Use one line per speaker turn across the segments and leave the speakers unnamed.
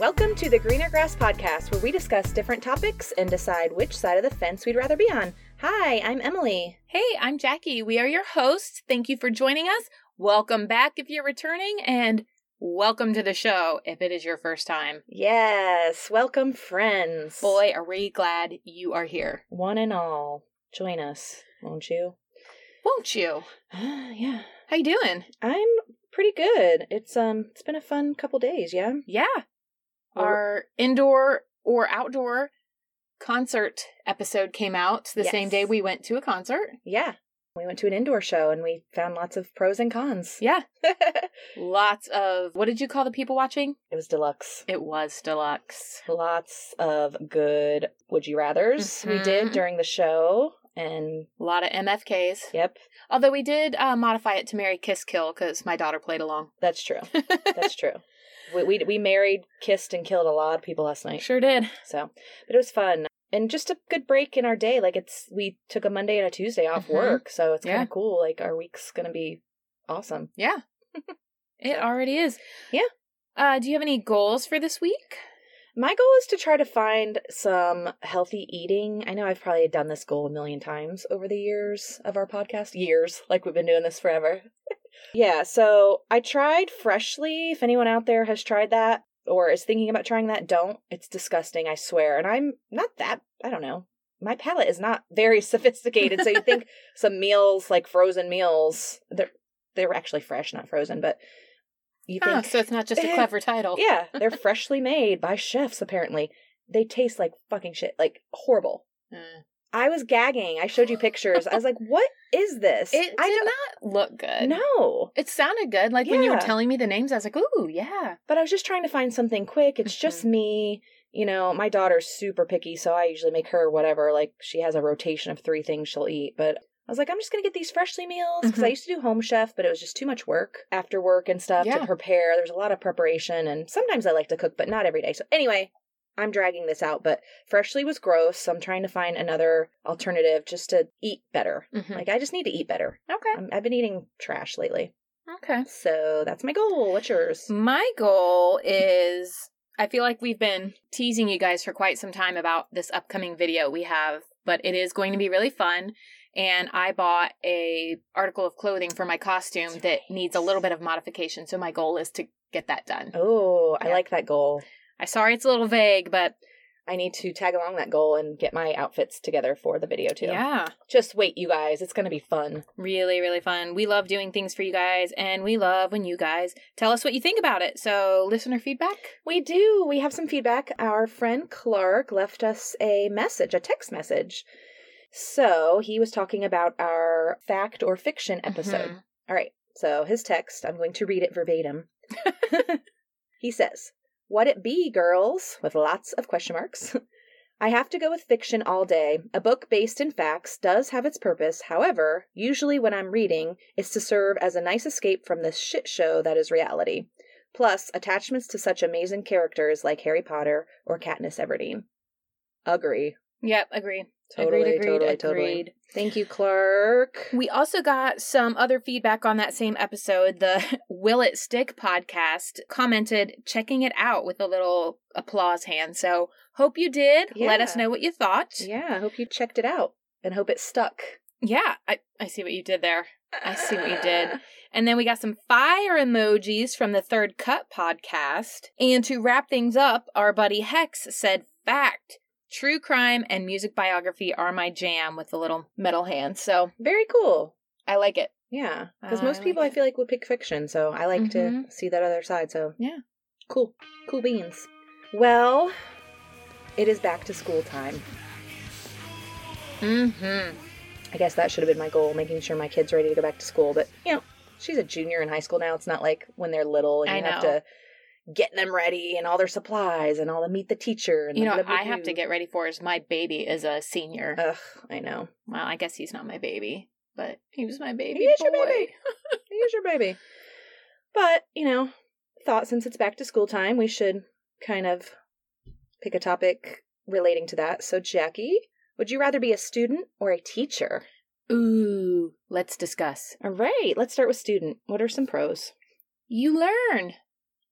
Welcome to the Greener Grass Podcast, where we discuss different topics and decide which side of the fence we'd rather be on. Hi, I'm Emily.
Hey, I'm Jackie. We are your hosts. Thank you for joining us. Welcome back if you're returning, and welcome to the show if it is your first time.
Yes, welcome, friends.
Boy, are we glad you are here.
One and all, join us, won't you?
Won't you?
yeah,
How you doing?
I'm pretty good. It's um, it's been a fun couple days. Yeah.
Yeah. Our indoor or outdoor concert episode came out the
Yes.
same day we went to a concert.
Yeah. We went to an indoor show and we found lots of pros and cons.
Yeah.
it
Lots of what did you call the people watching?
was deluxe.
It was deluxe.
Lots of good would you rather's we did
Mhm.
during the show. And
A lot of MFKs.
yep,
Although we did uh, modify it to Mary Kiss Kill because my daughter played along.
that's true. That's true. We, we we married, kissed, and killed a lot of people last night.
sure did.
So, but it was fun and just a good break in our day. Like it's we took a Monday and a Tuesday off
Mhm.
work, so it's kind
Yeah.
of cool. Like our week's gonna be awesome.
Yeah. It already is.
Yeah.
Uh, do you have any goals for this week?
My goal is to try to find some healthy eating. I know I've probably done this goal a million times over the years of our podcast. Years, like we've been doing this forever. yeah, so I tried Freshly. If anyone out there has tried that or is thinking about trying that, don't. It's disgusting, I swear. And I'm not that, I don't know. My palate is not very sophisticated. So you think some meals, like frozen meals, they're, they're actually fresh, not frozen, but you think.
Oh, so it's not just a clever title.
Yeah, they're freshly made by chefs, apparently. They taste like fucking shit, like horrible.
Mm.
I was gagging. I showed you pictures. I was like, what is this?
It
I
did not look good.
No.
It sounded good. Like when you were
Yeah.
telling me the names, I was like, ooh, yeah.
But I was just trying to find something quick. It's just me. You know, my daughter's super picky, so I usually make her whatever. Like, she has a rotation of three things she'll eat. But I was like, I'm just going to get these freshly meals because I
Mhm.
used to do home chef, but it was just too much work after work and stuff
Yeah.
to prepare. There's a lot of preparation, and sometimes I like to cook, but not every day. So, anyway, I'm dragging this out, but freshly was gross. So, I'm trying to find another alternative just to eat better.
Mhm.
Like, I just need to eat better.
okay.
I'm, I've been eating trash lately.
Okay.
So, that's my goal. What's yours?
My goal is I feel like we've been teasing you guys for quite some time about this upcoming video we have, but it is going to be really fun. And I bought a article of clothing for my costume that needs a little bit of modification. So my goal is to get that done.
Oh, I
Yeah.
like that goal.
I'm sorry it's a little vague, but
I need to tag along that goal and get my outfits together for the video too.
yeah,
Just wait, you guys. It's going to be fun.
really, really fun. We love doing things for you guys, and we love when you guys tell us what you think about it. So, listener feedback.
We do. We have some feedback. Our friend Clark left us a message, a text message. So he was talking about our fact or fiction episode.
Mhm.
All right. So his text, I'm going to read it verbatim. he says, What it be, girls? With lots of question marks. I have to go with fiction all day. A book based in facts does have its purpose. However, usually when I'm reading, it's to serve as a nice escape from this shit show that is reality. Plus, attachments to such amazing characters like Harry Potter or Katniss Everdeen. Agree.
Yep, agree.
Totally,
agreed, agreed,
totally,
agreed.
totally. Thank you, Clark.
We also got some other feedback on that same episode. The Will It Stick podcast commented, checking it out with a little applause hand. So, hope you did. Let us
Yeah.
know what you thought. Yeah,
Yeah, I hope you checked it out and hope it stuck.
I, I see what you did there. I see what you did. And then we got some fire emojis from the Third Cut podcast. And to wrap things up, our buddy Hex said, Fact, true crime and music biography are my jam with the little metal hand. So,
Very cool.
I like it.
Yeah, because
Oh, I
most people
like
I feel like would pick fiction, so I like to
Mhm.
see that other side. So
Yeah.
cool, cool beans. Well, it is back to school time.
Mm
Mm-hmm.
hmm.
I guess that should have been my goal, making sure my kid's ready to go back to school. But you know, she's a junior in high school now. It's not like when they're little and
I
you have
know.
to get them ready and all their supplies and all the meet the teacher. And the
You know,
blah,
what
blah,
I have
blah.
to get ready for is my baby is a senior.
Ugh, I know.
well, I guess he's not my baby, but he was my baby.
He is
boy.
your baby. He is your baby. But, you know, thought since it's back to school time, we should kind of pick a topic relating to that. So, Jackie, would you rather be a student or a teacher?
Ooh, let's discuss.
All right, let's start with student. What are some pros?
You learn.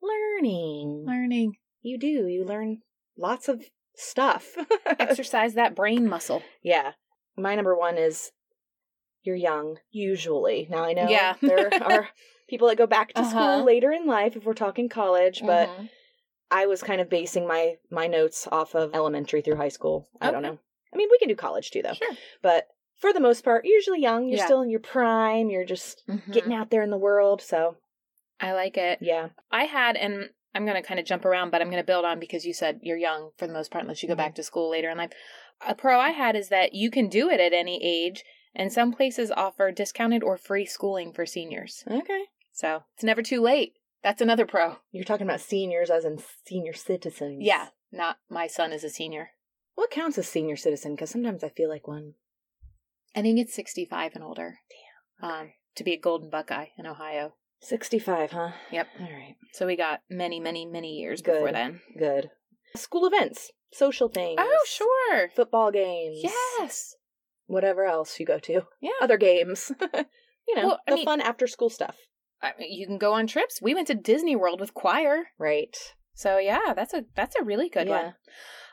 Learning.
Learning.
You do. You learn lots of stuff.
Exercise that brain muscle.
yeah. My number one is you're young, usually. Now I know
Yeah.
there are people that go back to
Uh-huh.
school later in life if we're talking college, but
Mhm.
I was kind of basing my my notes off of elementary through high school. I don't
Okay.
know. I mean, we can do college too though.
Sure.
But for the most part, usually young, you're
Yeah.
still in your prime, you're just
Mhm.
getting out there in the world, so
I like it.
yeah.
I had, and I'm going to kind of jump around, but I'm going to build on because you said you're young for the most part, unless you go
Mhm.
back to school later in life. A pro I had is that you can do it at any age, and some places offer discounted or free schooling for seniors.
Okay.
So it's never too late. That's another pro.
You're talking about seniors as in senior citizens.
Yeah, not my son is a senior.
What counts as senior citizen? Because sometimes I feel like one.
I think it's 65 and older. Damn. Um, to be a Golden Buckeye in Ohio.
65, huh?
Yep.
All right.
So we got many, many, many years
Good.
before then.
Good. School events, social things.
Oh, sure.
Football games.
Yes.
Whatever else you go to.
Yeah.
Other games. you know,
Well, I
the
mean-
fun after school stuff.
I mean, you can go on trips. We went to Disney World with choir.
Right.
So yeah, that's a that's a really good
Yeah.
one.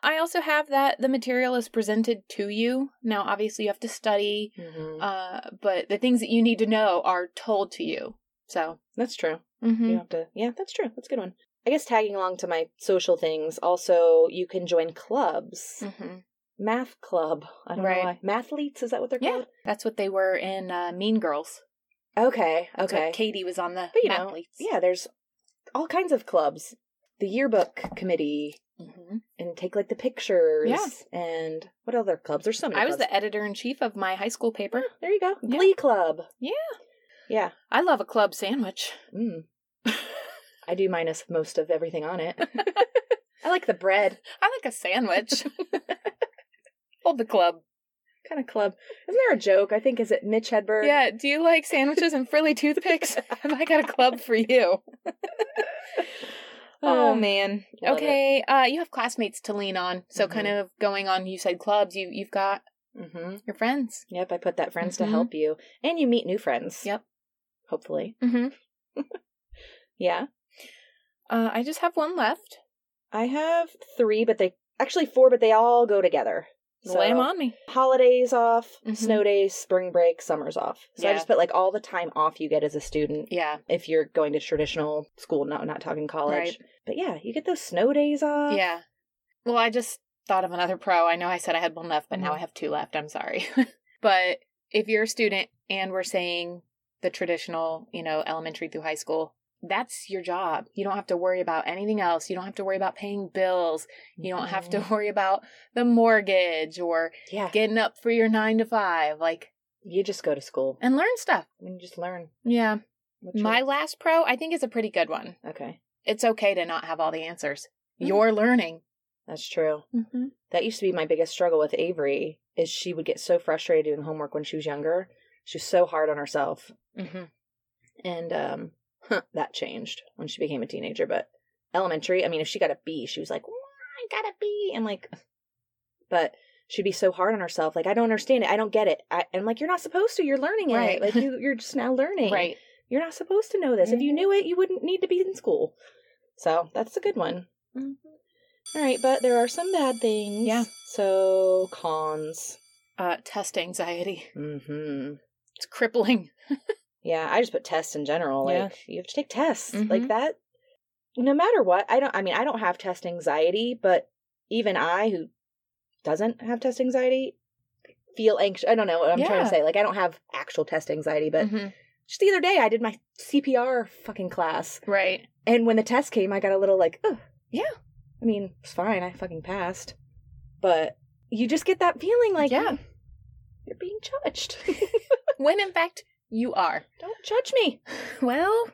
I also have that the material is presented to you. Now obviously you have to study,
Mhm.
uh, but the things that you need to know are told to you. So
that's true.
mhm.
You have to. Yeah, that's true. That's a good one. I guess tagging along to my social things, also, you can join clubs.
Mhm.
Math club. I don't
Right.
know why. Mathletes, is that what they're
Yeah.
called?
That's what they were in uh, Mean Girls.
Okay.
That's what
Okay.
Katie was on the
But you know,
athletes.
yeah, there's all kinds of clubs. The yearbook committee
hmm
and take like the pictures.
Yeah.
And what other clubs? There's so many.
I was
clubs.
the editor in chief of my high school paper.
There you go.
Yeah.
Glee club.
Yeah.
Yeah.
I love a club sandwich.
Mm. I do minus most of everything on it. I like the bread
I like a sandwich. Hold the club.
kind of club. Isn't there a joke? I think is it Mitch Hedberg?
Yeah, do you like sandwiches and frilly toothpicks? Have I got a club for you?
Uh,
Oh man. Mm-hmm.
love
okay, uh you have classmates to lean on. So kind of going on you said clubs, you you've got
Mm-hmm.
your friends.
Yep. I put that friends
Mhm.
to help you, and you meet new friends.
Yep.
Hopefully.
Mhm.
Yeah.
Uh I just have one left.
I have three, but they actually four, but they all go together.
Lay 'em on me.
holidays off,
Mhm.
snow days, spring break, summers off. So I
Yeah.
just put like all the time off you get as a student
Yeah.
if you're going to traditional school, not not talking college.
Right.
But yeah, you get those snow days off.
Yeah. Well, I just thought of another pro. I know I said I had one left, but now
Mhm.
I have two left. I'm sorry. but if you're a student and we're saying the traditional, you know, elementary through high school, that's your job. You don't have to worry about anything else. You don't have to worry about paying bills. You don't have to
Mhm.
worry about the mortgage or
Mm-hmm. Yeah.
getting up for your nine to five, like,
You just go to school
and learn stuff.
and you just learn.
Yeah.
What's your-
My last pro, I think, is a pretty good one.
okay,
It's okay to not have all the answers.
Mhm.
You're learning.
that's true.
Mm-hmm.
That used to be my biggest struggle with Avery is she would get so frustrated doing homework when she was younger. She was so hard on herself,
Mm-hmm.
and um, that changed when she became a teenager. But elementary, I mean, if she got a B, she was like, "Why I got a B?" And like, but she'd be so hard on herself. Like, I don't understand it. I don't get it. I, and like, you're not supposed to. You're learning
Right.
it. Like, you, you're just now learning.
Right.
You're not supposed to know this. If you
Mhm.
knew it, you wouldn't need to be in school. So that's a good one.
Mhm.
All right, but there are some bad things.
Yeah.
So cons.
uh, test anxiety.
Mm-hmm.
It's crippling.
Yeah, I just put tests in general. Like
Yeah.
you have to take tests
Mhm.
like that. No matter what, I don't. I mean, I don't have test anxiety, but even I, who doesn't have test anxiety, feel anxious. I don't know what I'm trying
Yeah. Mm-hmm.
to say. Like I don't have actual test anxiety, but just the other day I did my CPR fucking class,
Right.
and when the test came, I got a little like, oh,
Yeah.
I mean, it's fine. I fucking passed, but you just get that feeling like,
Yeah.
you're being judged.
When in fact you are.
don't judge me.
Well,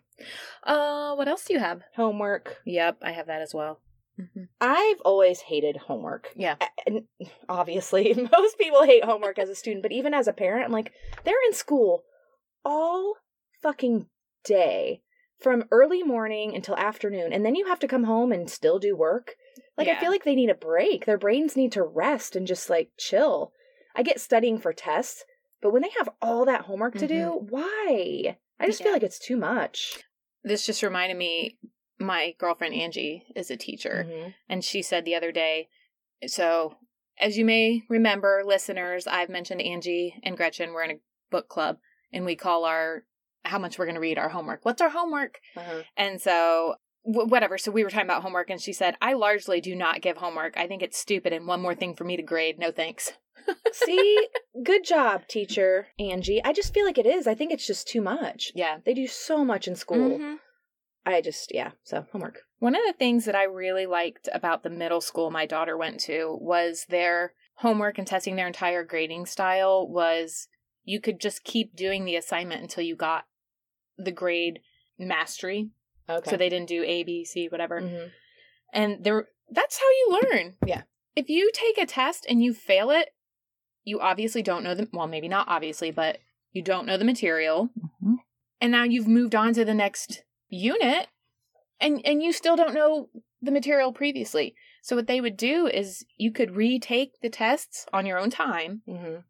uh, what else do you have?
Homework.
Yep, I have that as well.
I've always hated homework.
Yeah.
A- And obviously, most people hate homework as a student, but even as a parent, I'm like, they're in school all fucking day from early morning until afternoon. And then you have to come home and still do work. Like,
Yeah.
I feel like they need a break. Their brains need to rest and just like chill. I get studying for tests, but when they have all that homework to do, why? I just
Mm-hmm. Yeah.
feel like it's too much.
This just reminded me my girlfriend Angie is a teacher,
Mhm.
and she said the other day. So, as you may remember, listeners, I've mentioned Angie and Gretchen. We're in a book club, and we call our how much we're going to read our homework. What's our homework?
Uh-huh.
And so, w- whatever. So, we were talking about homework, and she said, I largely do not give homework. I think it's stupid and one more thing for me to grade. No thanks.
See, good job, teacher Angie. I just feel like it is. I think it's just too much.
Yeah.
They do so much in school.
Mhm.
I just, yeah. So homework.
One of the things that I really liked about the middle school my daughter went to was their homework and testing their entire grading style was you could just keep doing the assignment until you got the grade mastery.
Okay.
So they didn't do A, B, C, whatever.
Mhm.
And there that's how you learn.
Yeah.
If you take a test and you fail it, you obviously don't know the well, maybe not obviously, but you don't know the material and now you've moved on to the next unit and and you still don't know the material previously so what they would do is you could retake the tests on your own time
Mhm.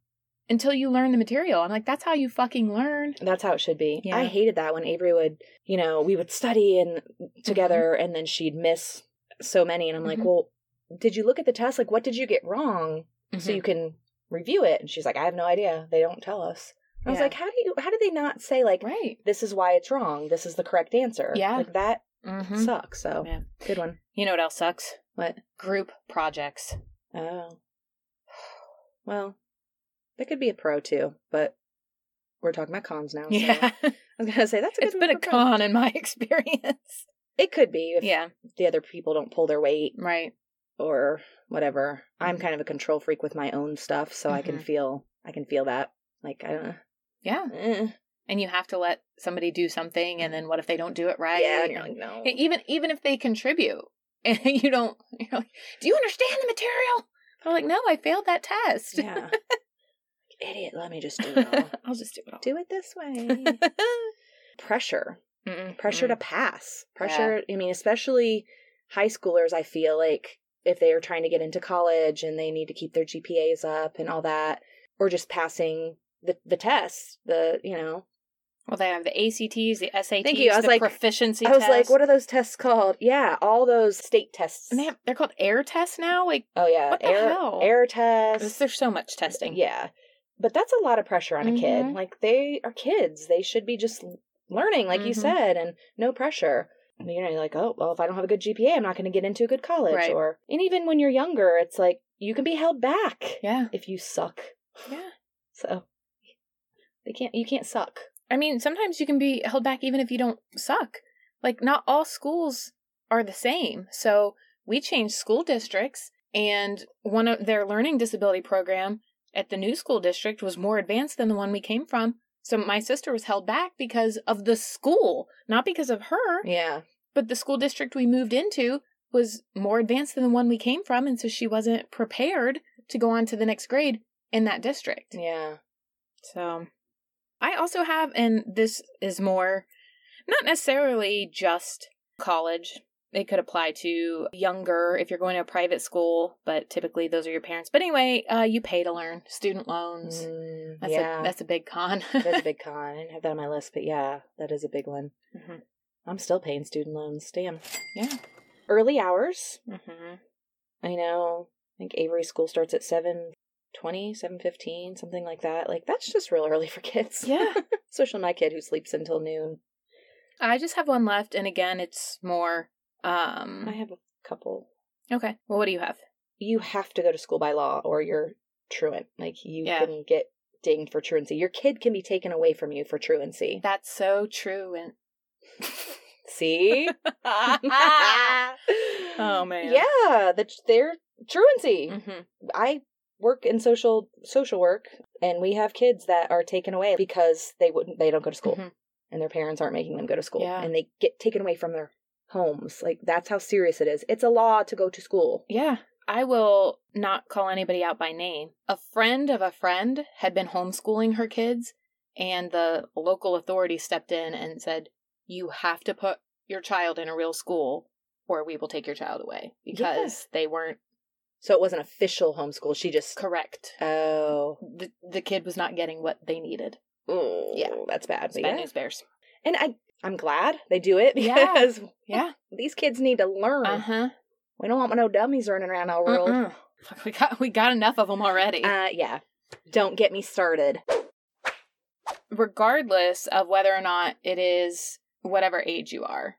until you learn the material i'm like that's how you fucking learn
That's how it should be.
Yeah.
I hated that when Avery would, you know, we would study and together,
Mm-hmm.
and then she'd miss so many, and I'm
Mhm.
like, well, did you look at the test? Like, what did you get wrong?
Mm-hmm.
so you can review it? And she's like, I have no idea. They don't tell us. I was
Yeah.
like, how do you? How do they not say like?
right
This is why it's wrong. This is the correct answer.
Yeah.
Like that
mm-hmm.
sucks. So
Yeah.
good one.
you know what else sucks
What?
group projects
Oh. Well, that could be a pro too, but we're talking about cons now. So
yeah
I was gonna say that's a good
it's been a
one for pros.
con in my experience
It could be if
yeah
the other people don't pull their weight
right
or whatever.
Mm-hmm.
I'm kind of a control freak with my own stuff, so I can
Mhm.
feel I can feel that. Like I don't know.
yeah
Eh.
and you have to let somebody do something and then what if they don't do it right
yeah, and
Or-
you're like, no.
E- even even if they contribute and you don't you're like do you understand the material i'm like no i failed that test
yeah. Idiot, let me just do it all.
i'll just do it all
do it this way. Pressure.
Mm-mm,
pressure
mm.
to pass pressure i mean especially high schoolers i feel like if they are trying to get into college and they need to keep their gpas up and all that or just passing the the tests the you know
well they have the act's the sats
Thank you. I was
the
like-
proficiency
i was like
tests.
what are those tests called yeah all those state tests
and they have, they're called air tests now like
oh yeah
what the
air
hell
air
There's-
tests
there's so much testing
yeah but that's a lot of pressure on a kid
Mhm.
like they are kids they should be just learning like you
Mhm.
said and no pressure And, you know you're like oh well if i don't have a good gpa i'm not going to get into a good college
Right.
or and even when you're younger it's like you can be held back
yeah
if you suck
yeah
so they can't you can't suck
i mean sometimes you can be held back even if you don't suck like not all schools are the same so we changed school districts and one of their learning disability program at the new school district was more advanced than the one we came from so my sister was held back because of the school not because of her
yeah
but the school district we moved into was more advanced than the one we came from and so she wasn't prepared to go on to the next grade in that district
yeah
so I also have, and this is more not necessarily just college. It could apply to younger if you're going to a private school, but typically those are your parents. But anyway, uh, you pay to learn student loans.
Mm,
That's
yeah
a that's a big con.
that's a big con i didn't have that on my list but yeah that is a big one
Mhm.
i'm still paying student loans damn
Yeah.
early hours
Mhm.
I know. I think Avery school starts at 720, 715, something like that. Like that's just real early for kids.
Yeah.
Especially my kid who sleeps until noon.
I just have one left, and again, it's more.
I
Um,
have a couple.
okay. Well, what do you have?
You have to go to school by law or you're truant. Like you
Yeah.
can get dinged for truancy. Your kid can be taken away from you for truancy.
That's so true. And
See?
Mm-hmm, Oh, man.
Yeah, the, they're truancy.
Mhm.
I work in social social work and we have kids that are taken away because they wouldn't they don't go to school
Mhm.
and their parents aren't making them go to school
Yeah.
and they get taken away from their homes like that's how serious it is it's a law to go to school
Yeah. I will not call anybody out by name. A friend of a friend had been homeschooling her kids, and the local authority stepped in and said, You have to put your child in a real school, or we will take your child away because they weren't
so it wasn't official homeschool she just
correct.
oh
The, the kid was not getting what they needed.
Ooh,
Yeah.
Oh. that's bad
It's
but
bad
yeah.
news bears.
and i I'm glad they do it
Yeah.
because
Yeah.
these kids need to learn.
Uh huh.
We don't want no dummies running around our world. uh
We got we got enough of them already.
yeah. Don't get me started.
Regardless of whether or not it is whatever age you are,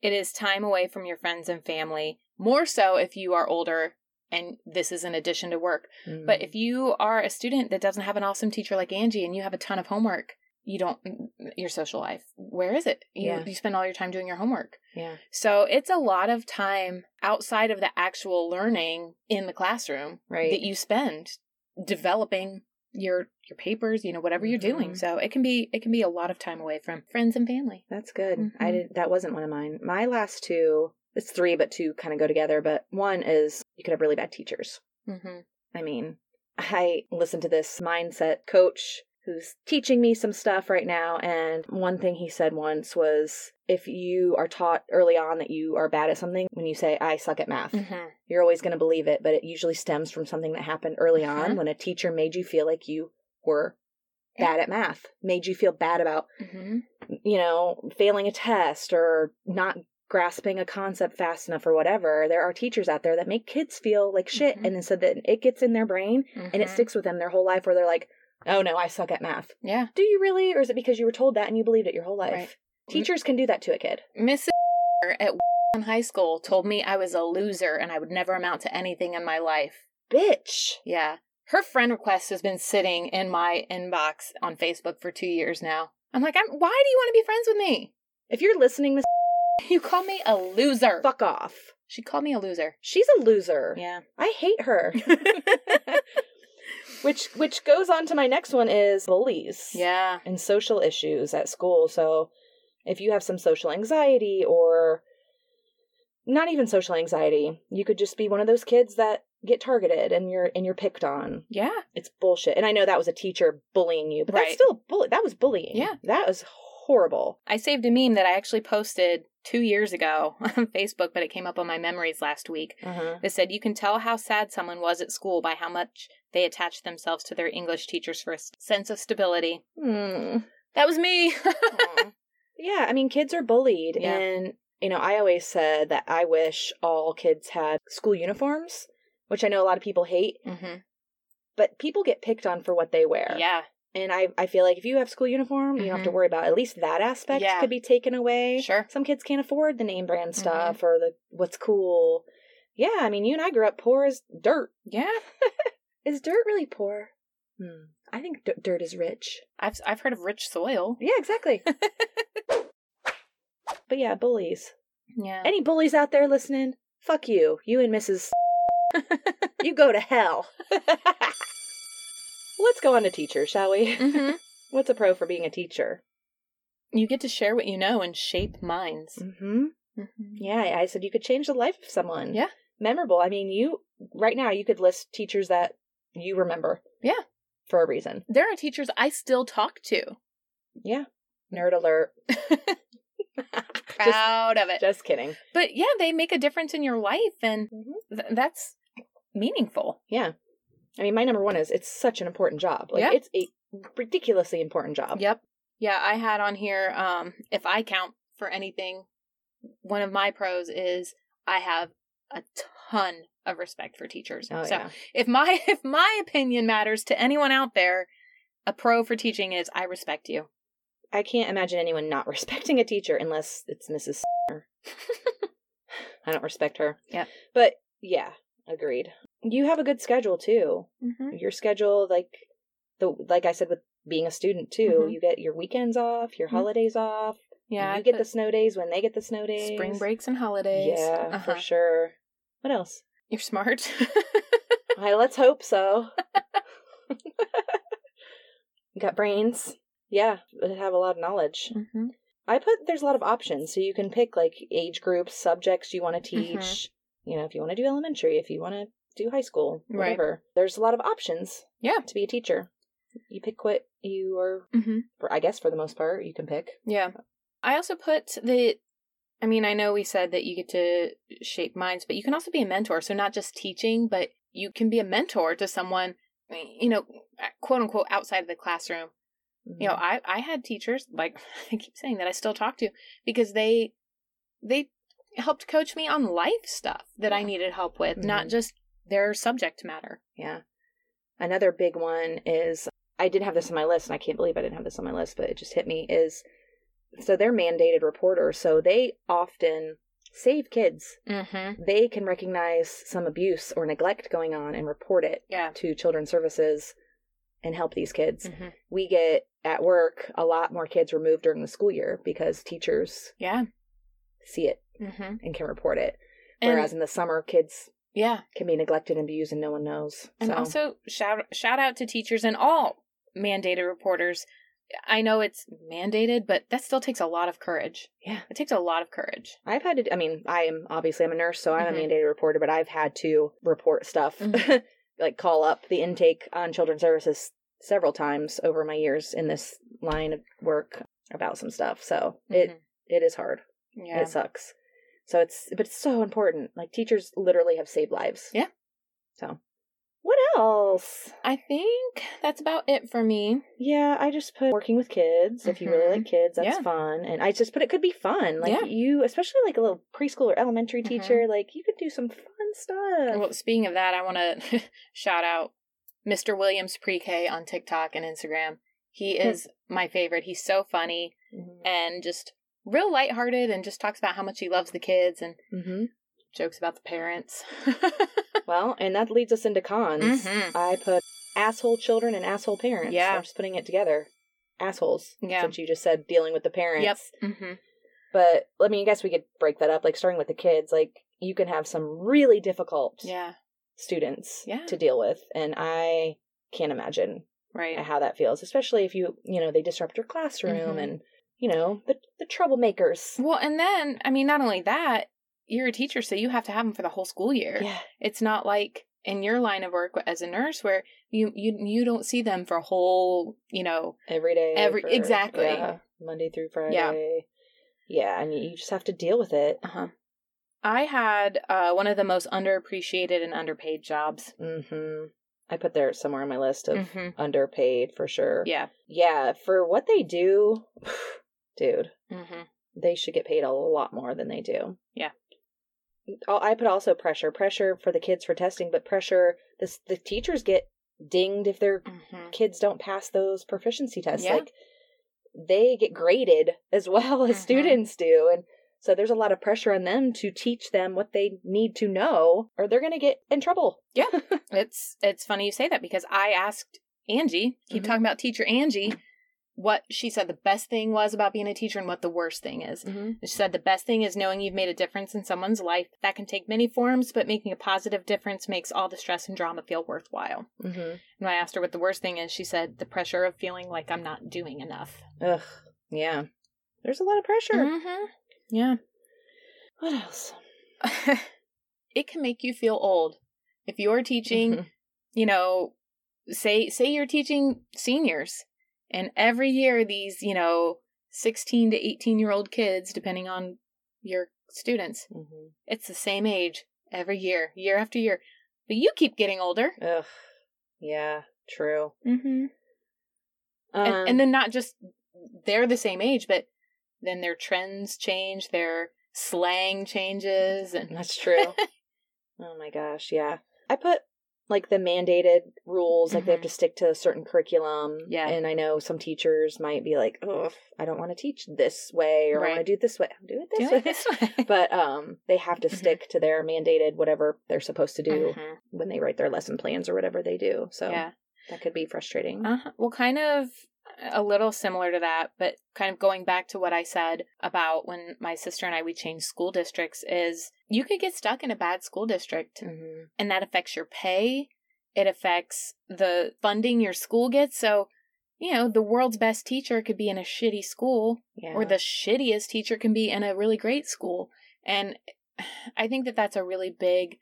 it is time away from your friends and family. More so if you are older and this is in addition to work. But
Mm,
if you are a student that doesn't have an awesome teacher like Angie and you have a ton of homework, you don't mm, your social life. Where is it? You
Yeah.
you spend all your time doing your homework.
yeah.
So it's a lot of time outside of the actual learning in the classroom
Right.
that you spend developing your your papers, you know, whatever you're doing.
Mhm.
So it can be it can be a lot of time away from friends and family.
That's good.
Mhm.
I did that wasn't one of mine. My last two it's three but two kind of go together, but one is you could have really bad teachers.
Mm-hmm.
I mean, I listened to this mindset coach who's teaching me some stuff right now. And one thing he said once was if you are taught early on that you are bad at something, when you say, I suck at math,
Mm-hmm.
you're always going to believe it. But it usually stems from something that happened early on
Mhm.
when a teacher made you feel like you were bad at math, made you feel bad about,
Mm-hmm.
you know, failing a test or not grasping a concept fast enough or whatever. There are teachers out there that make kids feel like shit.
Mhm.
And so that it gets in their brain and it
Mm-hmm.
sticks with them their whole life where they're like oh no i suck at math
Yeah.
do you really or is it because you were told that and you believed it your whole life
Right.
teachers can do that to a kid
Mrs. at in high school told me I was a loser and I would never amount to anything in my life.
bitch
Yeah. Her friend request has been sitting in my inbox on Facebook for two years now. I'm like, I'm, why do you want to be friends with me?
if you're listening this
You call me a loser.
fuck off
She called me a loser.
she's a loser
Yeah.
i hate her which which goes on to my next one is bullies
yeah.
and social issues at school so if you have some social anxiety or not even social anxiety you could just be one of those kids that get targeted and you're and you're picked on
Yeah.
it's bullshit. And I know that was a teacher bullying you, but
Right.
that's still bully. That was bullying.
Yeah.
that was horrible.
I saved a meme that I actually posted two years ago on Facebook, but it came up on my memories last week.
Uh-huh.
That said, you can tell how sad someone was at school by how much they attached themselves to their English teachers for a s- sense of stability. That was me.
Hmm. yeah, I mean, kids are bullied,
Yeah.
and you know, I always said that I wish all kids had school uniforms, which I know a lot of people hate,
mm-hmm.
but people get picked on for what they wear.
Yeah.
and I I feel like if you have school uniform, you don't have to worry about at least that aspect
Mm-hmm. Yeah.
could be taken away.
Sure. Mm-hmm.
some kids can't afford the name brand stuff or the what's cool. Yeah, I mean, you and I grew up poor as dirt.
Yeah.
Is dirt really poor? Hmm. I think d- dirt is rich.
I've I've heard of rich soil.
Yeah, exactly. but yeah, bullies.
Yeah.
Any bullies out there listening? Fuck you. You and Mrs. you go to hell. Let's go on to teacher, shall we?
hmm
What's a pro for being a teacher?
You get to share what you know and shape minds.
Mm-hmm.
Mm-hmm.
Yeah, I I said you could change the life of someone.
Yeah.
Memorable. I mean, you, right now, you could list teachers that you remember.
Yeah.
For a reason.
There are teachers I still talk to.
Nerd alert.
Proud of it.
Just kidding.
but yeah, they make a difference in your life, and
Mm-hmm.
th- that's meaningful.
Yeah. I mean, my number one is it's such an important job. Like,
Yeah.
it's a ridiculously important job.
Yep. Yeah, I had on here, um, if I count for anything, one of my pros is I have a ton of respect for teachers.
Oh,
so
yeah.
if my if my opinion matters to anyone out there, a pro for teaching is I respect you.
I can't imagine anyone not respecting a teacher unless it's Mrs. I don't respect her.
Yep.
But yeah, agreed. You have a good schedule too.
Mm-hmm.
Your schedule, like the like I said with being a student too,
Mhm.
you get your weekends off, your
Mhm.
holidays off.
Yeah,
you get the snow days when they get the snow days.
spring breaks and holidays.
Yeah,
Uh-huh.
for sure. What else?
You're smart.
Hi, let's hope so. You Got brains. Yeah, they have a lot of knowledge.
mm-hmm.
I put there's a lot of options, so you can pick like age groups, subjects you want to teach. You know, if you want to do elementary, if you want to do high school,
Right.
whatever. There's a lot of options.
Yeah.
to be a teacher, you pick what you are.
Mm-hmm.
For, I guess for the most part, you can pick.
Yeah. I also put the. I mean, I know we said that you get to shape minds, but you can also be a mentor. So not just teaching, but you can be a mentor to someone, you know, quote unquote outside of the classroom.
Mm-hmm.
You know, I I had teachers like I keep saying that I still talk to because they they helped coach me on life stuff that I
Yeah.
needed help with,
Mhm.
not just their subject matter.
Yeah. Another big one is I did have this on my list, and I can't believe I didn't have this on my list, but it just hit me is so they're mandated reporters, so they often save kids.
Mm-hmm.
They can recognize some abuse or neglect going on and report it
Yeah.
to children's services and help these kids.
Mm-hmm.
We get at work a lot more kids removed during the school year because teachers
Yeah.
see it
Mm-hmm.
and can report it.
And,
Whereas in the summer, kids
yeah,
can be neglected and abused, and no one knows.
and
so,
also shout shout out to teachers and all mandated reporters. I know it's mandated, but that still takes a lot of courage.
yeah,
It takes a lot of courage.
I've had to. I mean, I am obviously I'm a nurse, so I'm
Mhm.
a mandated reporter, but I've had to report stuff,
Mhm.
like call up the intake on children's services several times over my years in this line of work about some stuff. So it
Mhm.
it is hard.
Mm-hmm. yeah.
It sucks. So it's but it's so important. Like teachers literally have saved lives.
Yeah.
So what else?
I think that's about it for me.
Yeah, I just put working with kids. If you really like kids, that's
Mm-hmm. Yeah.
fun. And I just put it could be fun. Like
Yeah.
you, especially like a little preschool or elementary
Mhm.
teacher, like you could do some fun stuff.
Well, speaking of that, I want to shout out Mr. Williams Pre-K on TikTok and Instagram. He
Hmm.
is my favorite. He's so funny
Mhm.
and just real lighthearted and just talks about how much he loves the kids and
Mhm.
jokes about the parents.
Well, and that leads us into cons.
Mhm.
I put asshole children and asshole parents.
Yeah.
I'm just putting it together. Assholes.
Yeah.
Since you just said dealing with the parents.
yep.
Mm-hmm.
hmm
But I mean, I guess we could break that up. Like starting with the kids, like you can have some really difficult
Yeah.
students
Yeah.
to deal with. And I can't imagine
Right.
and how that feels, especially if you you know they disrupt your classroom
Mhm.
and you know the the troublemakers.
Well, and then I mean, not only that, you're a teacher, so you have to have them for the whole school year.
Yeah,
It's not like in your line of work as a nurse where you you you don't see them for a whole you know
every day.
Every-
for-
exactly.
yeah, Monday through Friday. Yeah, and you just have to deal with it.
Uh-huh. I had uh, one of the most underappreciated and underpaid jobs.
hmm I put there somewhere on my list of
Mm-hmm.
underpaid for sure.
Yeah.
yeah, for what they do, dude.
Mm-hmm.
they should get paid a lot more than they do.
Yeah.
Al- I put also pressure, pressure for the kids for testing, but pressure this the teachers get dinged if their
Mm-hmm.
kids don't pass those proficiency tests.
Yeah.
Like they get graded as well as
Mhm.
students do, and so there's a lot of pressure on them to teach them what they need to know, or they're going to get in trouble.
It's it's funny you say that because I asked Angie, keep
Mhm.
talking about teacher Angie, what she said the best thing was about being a teacher and what the worst thing is.
Mm-hmm.
She said the best thing is knowing you've made a difference in someone's life. That can take many forms, but making a positive difference makes all the stress and drama feel worthwhile.
Mm-hmm.
And when I asked her what the worst thing is, she said the pressure of feeling like I'm not doing enough.
Ugh. Yeah. There's a lot of pressure.
Mm-hmm. Yeah. Mm-hmm.
What else?
it can make you feel old if you're teaching
Mhm.
you know say say you're teaching seniors and every year these you know 16 to 18 year old kids depending on your students
Mhm.
it's the same age every year year after year but you keep getting older
Ugh. Yeah. True.
mm-hmm.
Um,
and, and then not just they're the same age but then their trends change their slang changes and
That's true. oh my gosh, yeah. I put like the mandated rules, like they have
Mhm.
to stick to a certain curriculum.
Yeah.
And I know some teachers might be like, oh, I don't want to teach this way or I
Right.
want to do it this way. I'll do it this way.
doing this way
but um, they have to
Mhm.
stick to their mandated whatever they're supposed to do
Mhm.
when they write their lesson plans or whatever they do. So
yeah
that could be frustrating.
Uh-huh. Well, kind of a little similar to that, but kind of going back to what I said about when my sister and I we changed school districts is you could get stuck in a bad school district
Mhm.
and that affects your pay. It affects the funding your school gets. So, you know, the world's best teacher could be in a shitty school
Yeah.
or the shittiest teacher can be in a really great school. And I think that that's a really big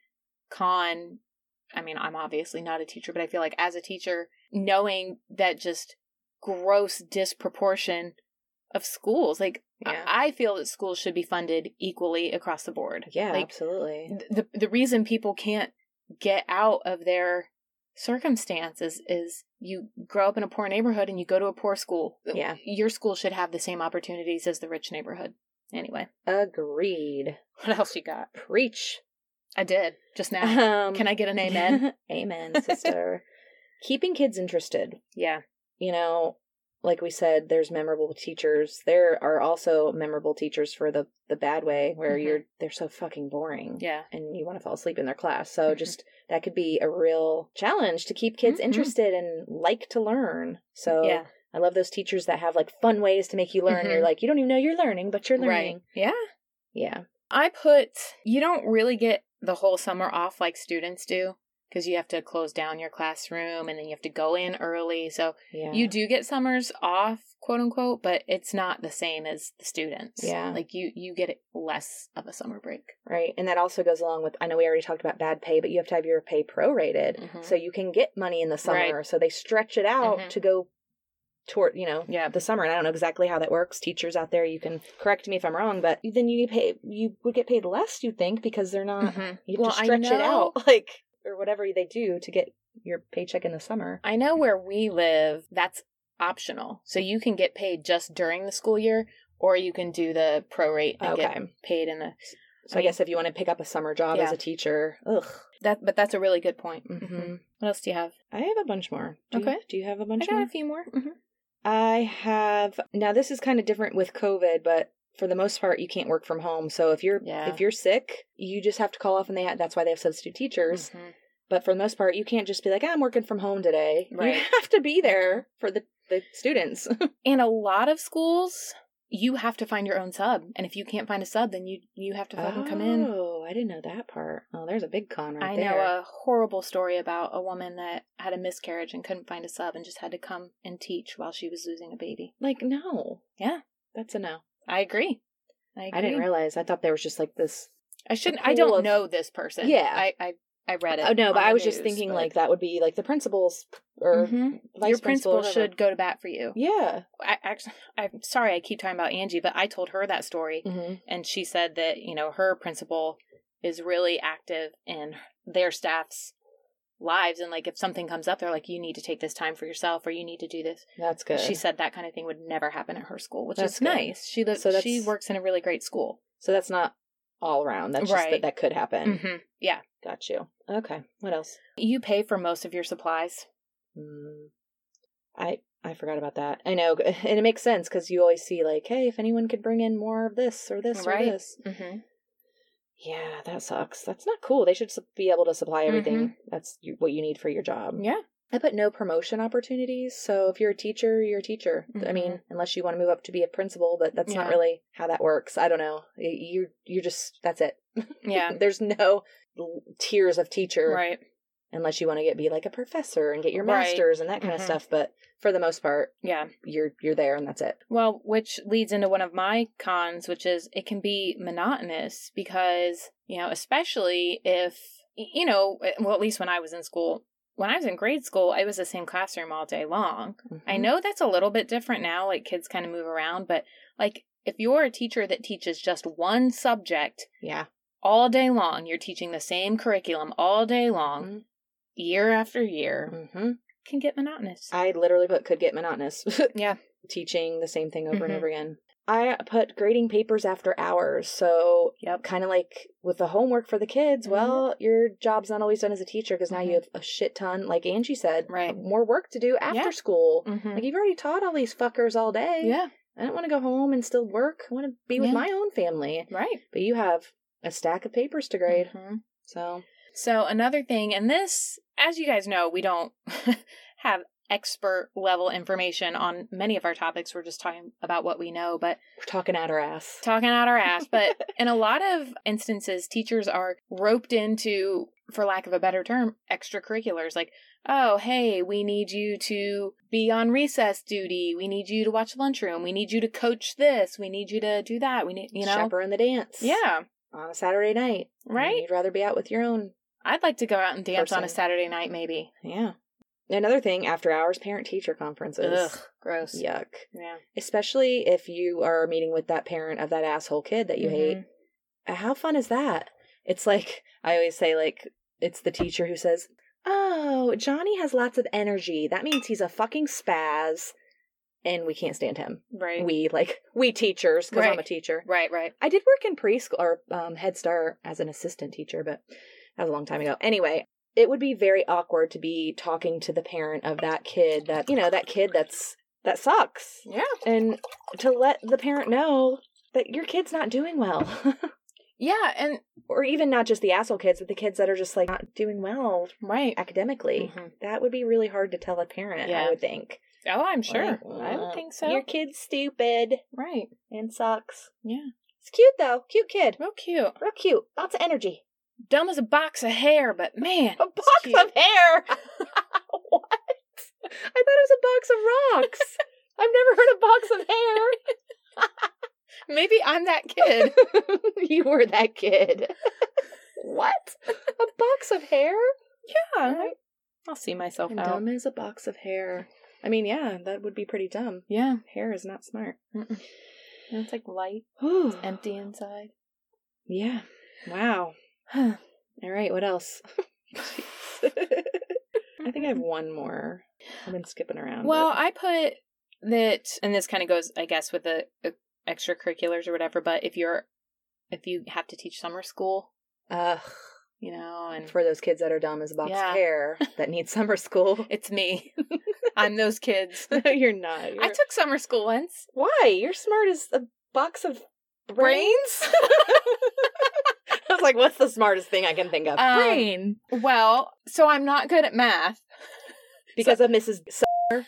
con. I mean, I'm obviously not a teacher, but I feel like as a teacher, knowing that just gross disproportion of schools, like I-
Yeah.
I feel that schools should be funded equally across the board.
yeah,
uh, like
absolutely.
th- the the reason people can't get out of their circumstances is you grow up in a poor neighborhood and you go to a poor school.
Yeah.
Your school should have the same opportunities as the rich neighborhood. Anyway,
Agreed.
what else you got?
Preach.
I did just now.
Um,
Can I get an amen?
amen, sister. Keeping kids interested.
yeah.
You know, like we said, there's memorable teachers. There are also memorable teachers for the the bad way, where
Mhm.
you're they're so fucking boring.
Yeah.
and you want to fall asleep in their class. So
Mhm.
just that could be a real challenge to keep kids
Mhm.
interested and like to learn. So
yeah.
I love those teachers that have like fun ways to make you learn. You're
Mhm.
like, you don't even know you're learning, but you're learning.
Right. Yeah.
Yeah.
I put you don't really get the whole summer off like students do because you have to close down your classroom and then you have to go in early. So
Yeah.
you do get summers off, quote unquote, but it's not the same as the students.
Yeah.
Like you you get less of a summer break.
right. And that also goes along with I know we already talked about bad pay, but you have to have your pay prorated.
Mhm.
So you can get money in the summer.
Right.
So they stretch it out
Mhm.
to go toward, you know,
Yeah.
the summer and i don't know exactly how that works teachers out there you can correct me if i'm wrong but then you pay you would get paid less you think because they're not
Mhm.
You
Well,
have to
I
stretch it
know-
out, like or whatever they do to get your paycheck in the summer.
I know where we live, that's optional. So you can get paid just during the school year or you can do the prorate and
Okay,
get paid in the
so I, guess if you want to pick up a summer job as
Yeah.
a teacher, ugh.
that but that's a really good point. Mm-hmm.
hmm
What else do you have?
I have a bunch more. Do you-
Okay.
do you have a bunch
I got
more?
a few more. Mhm.
I have. Now this is kind of different with COVID, but for the most part, you can't work from home. So if you're
Yeah.
if you're sick, you just have to call off, and they ha that's why they have substitute teachers.
Mhm.
But for the most part, you can't just be like, "Ah, I'm working from home today.
Right.
You have to be there for the the students.
in a lot of schools you have to find your own sub and if you can't find a sub then you you have to fucking come in
Oh, I didn't know that part. Oh, there's a big con right
i
there.
know a horrible story about a woman that had a miscarriage and couldn't find a sub and just had to come and teach while she was losing a baby
Like, no.
Yeah.
That's a no.
i agree i, agree.
I didn't realize. I thought there was just like this.
i shouldn't
the
i don't
pool of-
know this person
Yeah.
i i, I read it
Oh, no,
on
but
the
I was just
news,
thinking
but-
like that would be like the principal's or
Mhm.
vice
your principal
whatever.
should go to bat for you
Yeah.
I, actually i'm sorry i keep talking about angie but i told her that story
Mm-hmm.
and she said that you know her principal is really active in their staff's lives and like if something comes up they're like you need to take this time for yourself or you need to do this
That's good.
she said that kind of thing would never happen at her school which
That's
is
good.
nice she lives
So that's-
she works in a really great school
so that's not all around. That's just
Right.
that that could happen.
hmm yeah
Got you. Okay. What else?
you pay for most of your supplies
Mm. I I forgot about that. I know, and it makes sense because you always see like, hey, if anyone could bring in more of this or this
Right.
or this.
mm-hmm.
Yeah, that sucks. That's not cool. They should su- be able to supply everything.
Mm-hmm.
That's you, what you need for your job.
yeah
I put no promotion opportunities. So if you're a teacher, you're a teacher. I
Mhm.
mean, unless you want to move up to be a principal, but that's not
Yeah.
really how that works. I don't know. Y- You you're just that's it.
yeah
There's no l- tiers of teacher
right
unless you want to get be like a professor and get your
Right.
masters and that kind
Mhm.
of stuff, but for the most part,
yeah
you're you're there and that's it.
Well, which leads into one of my cons, which is it can be monotonous because, you know, especially if, y- you know, eh, well, at least when I was in school, when I was in grade school, it was the same classroom all day long. I
Mm-hmm.
know that's a little bit different now, like kids kind of move around, but like if you're a teacher that teaches just one subject
Yeah.
all day long, you're teaching the same curriculum all day long,
Mhm.
year after year,
Mhm.
can get monotonous.
I literally put could get monotonous.
Yeah.
Teaching the same thing over and
Mhm.
over again. I put grading papers after hours. So,
Yep. Mm-hmm.
kind of like with the homework for the kids, well, your job's not always done as a teacher because now
Mhm.
you have a shit ton, like Angie said,
Right.
more work to do after
Yeah.
school.
Mm-hmm.
Like, you've already taught all these fuckers all day.
Yeah.
I don't want to go home and still work. I want to be with
Yeah.
my own family.
Right.
But you have a stack of papers to grade.
Mhm.
So,
So another thing, and this, as you guys know, we don't have expert level information on many of our topics. We're just talking about what we know, but
we're talking out our ass.
talking out our ass. But in a lot of instances, teachers are roped into, for lack of a better term, extracurriculars. Like, oh, hey, we need you to be on recess duty. We need you to watch lunchroom. We need you to coach this. We need you to do that. We need, you know,
chaperone the dance.
yeah,
on a Saturday night.
right.
You'd rather be out with your own.
I'd like to go out and dance on a
Person.
Saturday night, maybe.
Yeah. Another thing, after hours parent teacher conferences.
Ugh, gross.
Yuck.
Yeah.
Especially if you are meeting with that parent of that asshole kid that you
Mm-hmm.
hate. Uh, How fun is that? It's like, I always say, like, it's the teacher who says, oh, Johnny has lots of energy. That means he's a fucking spaz and we can't stand him.
Right.
We, like, we teachers, because I'm a
Right.
teacher.
right, right.
I did work in preschool or um, Head Start as an assistant teacher, but that was a long time ago. Anyway, it would be very awkward to be talking to the parent of that kid that, you know, that kid that's that sucks
Yeah.
and to let the parent know that your kid's not doing well.
Yeah, and
or even not just the asshole kids, but the kids that are just like not doing well
right.
academically.
Mhm.
That would be really hard to tell a parent, I
Yeah.
would think.
Oh, I'm sure.
Like,
I
uh,
would think so.
Your kid's stupid
Right.
and sucks.
Yeah.
It's cute though. Cute kid.
Real cute.
Real cute. Lots of energy.
Dumb as a box of hair, but man.
A box
cute.
of hair. what? I thought it was a box of rocks. I've never heard a box of hair.
Maybe I'm that kid.
you were that kid. what? A box of hair?
yeah. I'll see myself
And
out.
dumb as a box of hair. I mean, yeah, that would be pretty dumb.
Yeah.
Hair is not smart.
Mm-mm. And it's like light, empty inside.
Yeah. Wow.
Huh.
All right. What else? I think I have one more. I've been skipping around.
Well,
but-
I put that, and this kind of goes, I guess, with the uh, extracurriculars or whatever. But if you're, if you have to teach summer school,
Ugh.
you know,
And
and
for those kids that are dumb as a box
Yeah.
of hair that need summer school.
it's me, I'm those kids.
no, you're not.
I took summer school once.
Why? You're smart as a box of brains. I was like, what's the smartest thing I can think of?
Um,
Brain.
Well, so I'm not good at math.
Because of Mrs. So-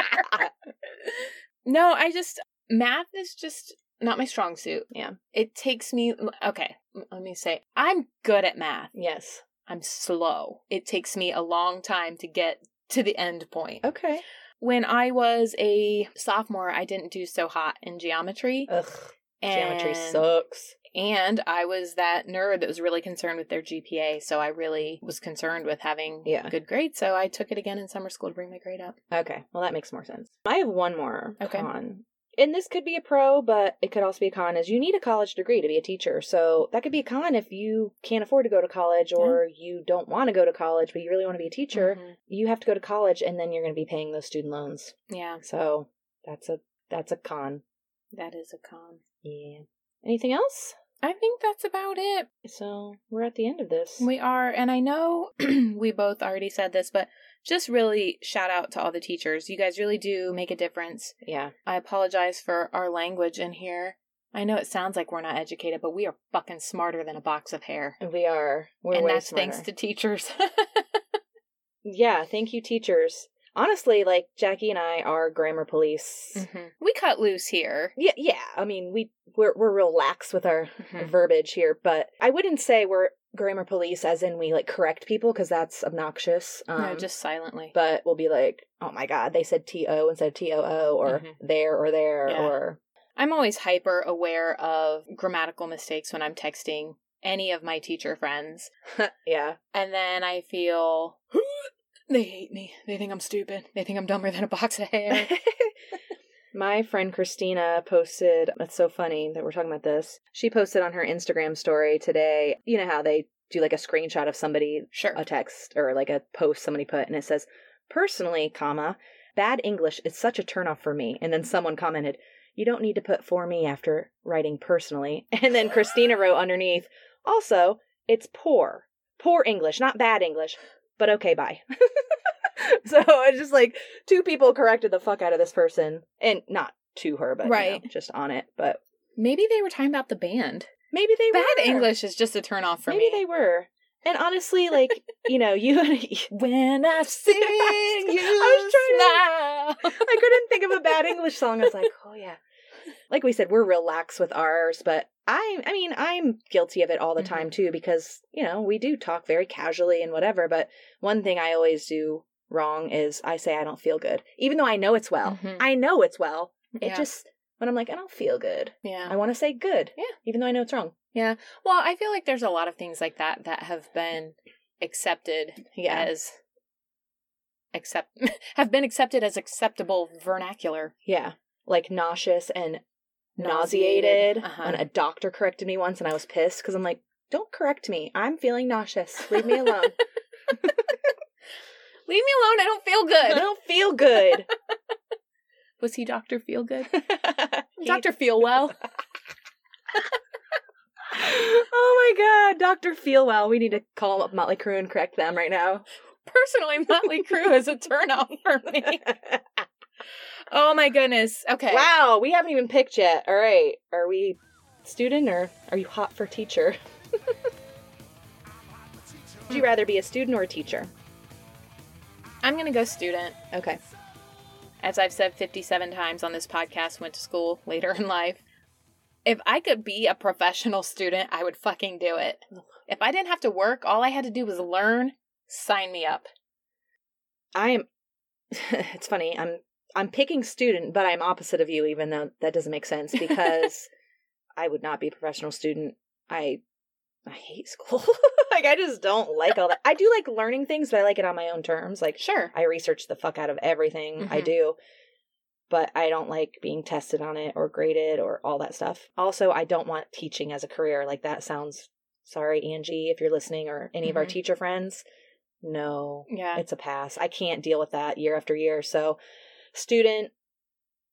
no, I just math is just not my strong suit.
Yeah.
It takes me okay, m- let me say. I'm good at math.
yes.
I'm slow. It takes me a long time to get to the end point.
Okay.
When I was a sophomore, I didn't do so hot in geometry.
Ugh.
and,
Oh, Geometry sucks.
And I was that nerd that was really concerned with their GPA, so I really was concerned with having
Yeah.
a good grade. So I took it again in summer school to bring my grade up.
Okay. Well, that makes more sense. I have one more
Okay.
con. And this could be a pro, but it could also be a con is you need a college degree to be a teacher. So that could be a con if you can't afford to go to college or you don't want to go to college, but you really want to be a teacher.
Mhm.
You have to go to college and then you're going to be paying those student loans.
Yeah,
So that's a that's a con.
that is a con.
Yeah. Anything else?
I think that's about it.
So we're at the end of this.
We are, and I know we both already said this, but just really shout out to all the teachers. You guys really do make a difference.
yeah.
I apologize for our language in here. I know it sounds like we're not educated, but we are fucking smarter than a box of hair.
We are. We're
and
way
that's
smarter.
thanks to teachers.
Yeah, thank you teachers. Honestly, like Jackie and I are grammar police.
We cut loose here.
Yeah, yeah. I mean, we we're we're real lax with our
Hmm.
verbiage here, but I wouldn't say we're grammar police as in we like correct people because that's obnoxious. Um,
no, just silently.
but we'll be like, oh my god, they said T O instead of T O O, or
Mhm.
there or there,
Yeah.
or
I'm always hyper aware of grammatical mistakes when I'm texting any of my teacher friends.
yeah,
And then I feel they hate me. They think I'm stupid. They think I'm dumber than a box of hair.
My friend Christina posted, that's so funny that we're talking about this. She posted on her Instagram story today, you know how they do like a screenshot of somebody,
sure.
a text or like a post somebody put, and it says, personally, comma, bad English is such a turnoff for me. And then someone commented, you don't need to put for me after writing personally. And then Christina wrote underneath, also, it's poor. Poor English, not bad English, but okay, bye. so it's just like two people corrected the fuck out of this person, and not to her, but right,
Right.
just on it. But
Maybe they were talking about the band.
maybe they
Bad
were.
English is just a turnoff for
maybe
me.
they were. And honestly, like you know, you
When I sing you,
I
was trying to.
I couldn't think of a bad English song. I was like, oh yeah. Like we said, we're real lax with ours, but I I mean, I'm guilty of it all the
Mhm.
time too because, you know, we do talk very casually and whatever, but one thing I always do wrong is I say I don't feel good. Even though I know it's well.
Mhm.
I know it's well. It
Mm-hmm. yeah.
just when I'm like, I don't feel good.
yeah.
I want to say good.
Yeah.
Even though I know it's wrong.
Well, I feel like there's a lot of things like that that have been accepted
Yeah.
as accept have been accepted as acceptable vernacular.
Yeah. Like nauseous and nauseated.
Nauseated. Uh-huh.
And a doctor corrected me once and I was pissed because I'm like, Don't correct me. I'm feeling nauseous. Leave me alone.
Leave me alone. I don't feel
I
good.
don't feel good.
Was he Dr. Feelgood?
He-
Dr. Feelwell.
oh my god, Dr. Feelwell. We need to call up Motley Crue and correct them right now.
Personally, Motley Crue is a turnoff for me. Oh my goodness. Okay.
Wow, we haven't even picked yet. All right. Are we student or are you hot for teacher? Would you rather be a student or a teacher?
I'm going to go student.
Okay.
As I've said 57 times on this podcast, went to school later in life. If I could be a professional student, I would fucking do it. If I didn't have to work, all I had to do was learn, sign me up.
I am it's funny, I'm I'm picking student, but I'm opposite of you, even though that doesn't make sense because I would not be a professional student. I I hate school. like I just don't like all that. I do like learning things, but I like it on my own terms. Like
Sure.
I research the fuck out of everything I
Mhm.
do, but I don't like being tested on it or graded or all that stuff. Also, I don't want teaching as a career. Like that sounds sorry, Angie, if you're listening or any of our
Mhm.
teacher friends. No,
Yeah.
it's a pass. I can't deal with that year after year. So, student,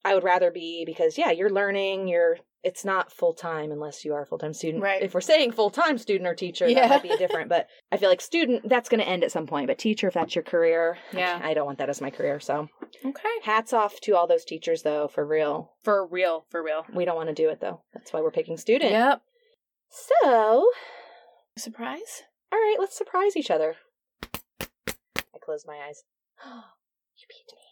I would rather be because yeah, you're learning. You're it's not full time unless you are a full time student.
Right.
If we're saying full time student or teacher,
Yeah.
that might be different. But I feel like student that's going to end at some point. But teacher, if that's your career, I
Yeah.
can't- I don't want that as my career. So,
Okay.
hats off to all those teachers though. For real,
For real. For real.
we don't want to do it though. That's why we're picking student.
Yep.
So, all
Surprise?
right, let's surprise each other. I closed my eyes. you beat me.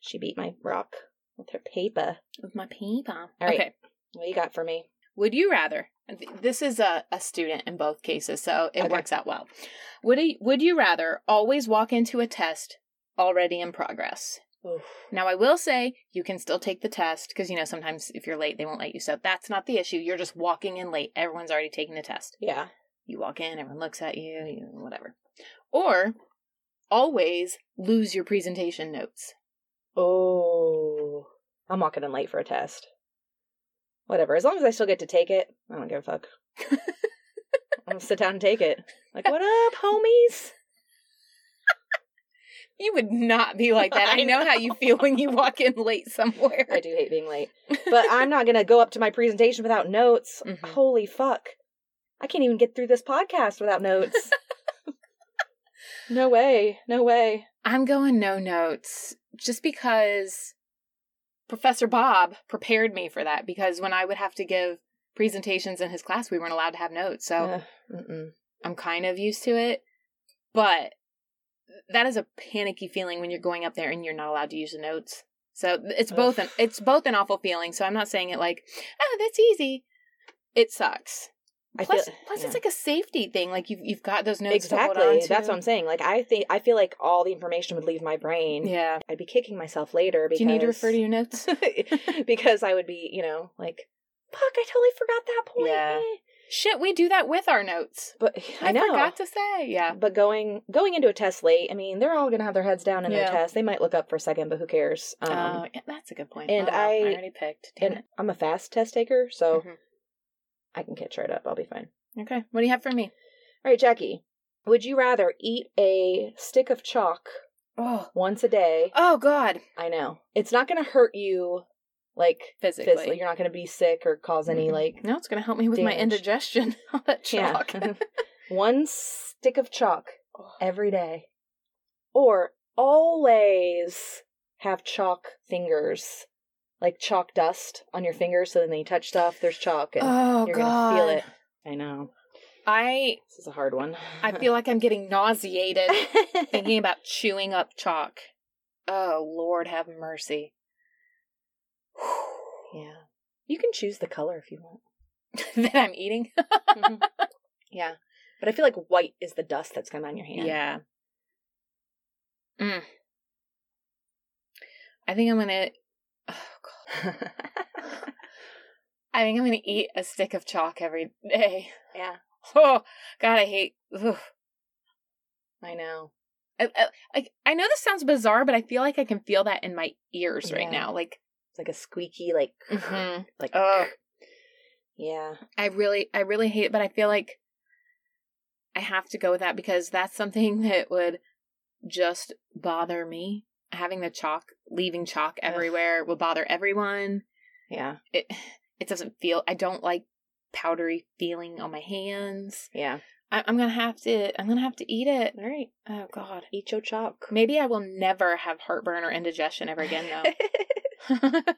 She beat my rock with her paper.
With my pee pong.
All right.
Okay.
What you got for me?
Would you rather? This is a, a student in both cases, so it
Okay.
works out well. Would you, would you rather always walk into a test already in progress?
Oof.
Now, I will say you can still take the test because, you know, sometimes if you're late, they won't let you. So that's not the issue. You're just walking in late. Everyone's already taking the test.
Yeah.
You walk in, everyone looks at you, you whatever. Or always lose your presentation notes.
Oh, I'm walking in late for a test. Whatever. As long as I still get to take it, I don't give a fuck. I'm gonna sit down and take it. Like, what up, homies?
You would not be like that. I,
I
know how you feel when you walk in late somewhere.
I do hate being late, but I'm not gonna go up to my presentation without notes.
Mhm.
Holy fuck! I can't even get through this podcast without notes. no way. No way.
I'm going no notes just because Professor Bob prepared me for that because when I would have to give presentations in his class, we weren't allowed to have notes. So
Ugh, mm-mm.
I'm kind of used to it. But that is a panicky feeling when you're going up there and you're not allowed to use the notes. So it's both an
Ugh.
it's both an awful feeling. So I'm not saying it like, oh, that's easy. It sucks.
I
plus,
feel-
plus
yeah.
it's like a safety thing. Like you've you've got those notes to hold on
exactly.
to.
That's what I'm saying. Like, I think I feel like all the information would leave my brain.
Yeah.
I'd be kicking myself later because
Do you need to refer to your notes?
because I would be, you know, like, fuck, I totally forgot that point.
Yeah.
eh."
Shit, we do that with our notes.
But I,
I,
know.
forgot to say. Yeah.
But going going into a test late, I mean, they're all gonna have their heads down in
Yeah.
their test. They might look up for a second, but who cares? Um,
oh, yeah, that's a good point.
and
Oh,
I-
already picked. Damn
and I'm a fast test taker, so
it. Mhm.
I can catch right up. I'll be fine.
Okay. What do you have for me?
All right, Jackie. Would you rather eat a stick of chalk
Oh.
once a day?
Oh God.
I know. It's not gonna hurt you like
Physically.
physically. You're not gonna be sick or cause any
Mhm.
like
No, it's gonna help me with my
Damage.
indigestion. All that
Yeah. Uh-huh.
chalk.
One stick of chalk every day. Or always have chalk fingers. Like chalk dust on your fingers so then when you touch stuff, there's chalk and
oh
you're gonna
God.
feel it. I know.
I
This is a hard one.
I feel like I'm getting nauseated thinking about chewing up chalk. Oh Lord, have mercy.
Yeah. You can choose the color if you want.
that I'm eating.
Yeah. But I feel like white is the dust that's gonna be on your hand.
Yeah. Mm. I think I'm gonna. Oh God. I think I'm gonna eat a stick of chalk every day.
yeah.
Oh God, I hate. Ugh.
I know.
I, I, like, I know this sounds bizarre, but I feel like I can feel that in my ears right
Yeah.
now. Like,
It's like a squeaky like
mhm.
like
Ugh.
yeah.
I really, I really hate it, but I feel like I have to go with that because that's something that would just bother me. Having the chalk, leaving chalk
Ugh.
everywhere will bother everyone.
Yeah.
It it doesn't feel. I don't like powdery feeling on my hands.
Yeah.
I, I'm gonna have to. I'm gonna have to eat it.
All right.
Oh God.
Eat your chalk.
Maybe I will never have heartburn or indigestion ever again,
That'd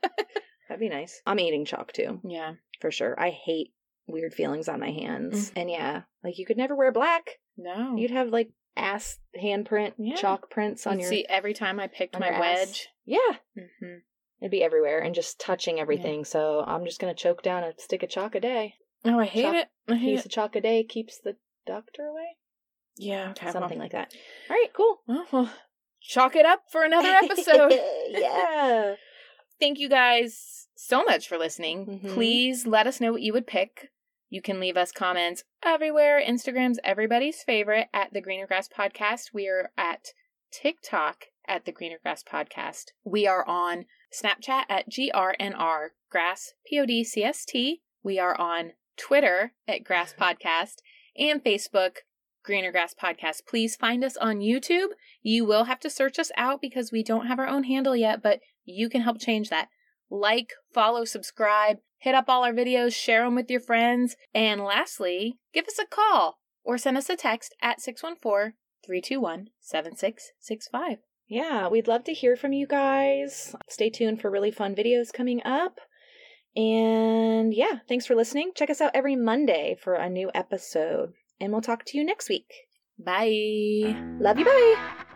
though.
be nice. I'm eating chalk too,
yeah.
for sure. I hate weird feelings on my hands.
Mm.
And yeah, like you could never wear black.
No.
You'd have like ass handprint,
Mm. Yeah.
chalk prints on
You'd
your.
see every time I picked
on
my
your
wedge.
ass. Yeah.
Mm-hmm.
It'd be everywhere and just touching everything. So I'm just going to choke down a stick of chalk a day.
Oh, I hate
Chalk
it. I hate
Piece
it.
of chalk a day keeps the doctor away?
Yeah. Okay.
Something like that.
All right. Cool. Well, we'll chalk it up for another episode.
yeah.
Thank you guys so much for listening.
Mhm.
Please let us know what you would pick. You can leave us comments everywhere. Instagram's everybody's favorite at the Greener Grass Podcast. We are at TikTok at the Greener Grass Podcast. We are on Snapchat at GRNR Grass PODCST. We are on Twitter at Grass Podcast and Facebook Greener Grass Podcast. Please find us on YouTube. You will have to search us out because we don't have our own handle yet, but you can help change that. Like, follow, subscribe, hit up all our videos, share them with your friends, and lastly, give us a call or send us a text at 614 321 7665.
Yeah, we'd love to hear from you guys. Stay tuned for really fun videos coming up. And yeah, thanks for listening. Check us out every Monday for a new episode. And we'll talk to you next week.
Bye.
Love you. Bye.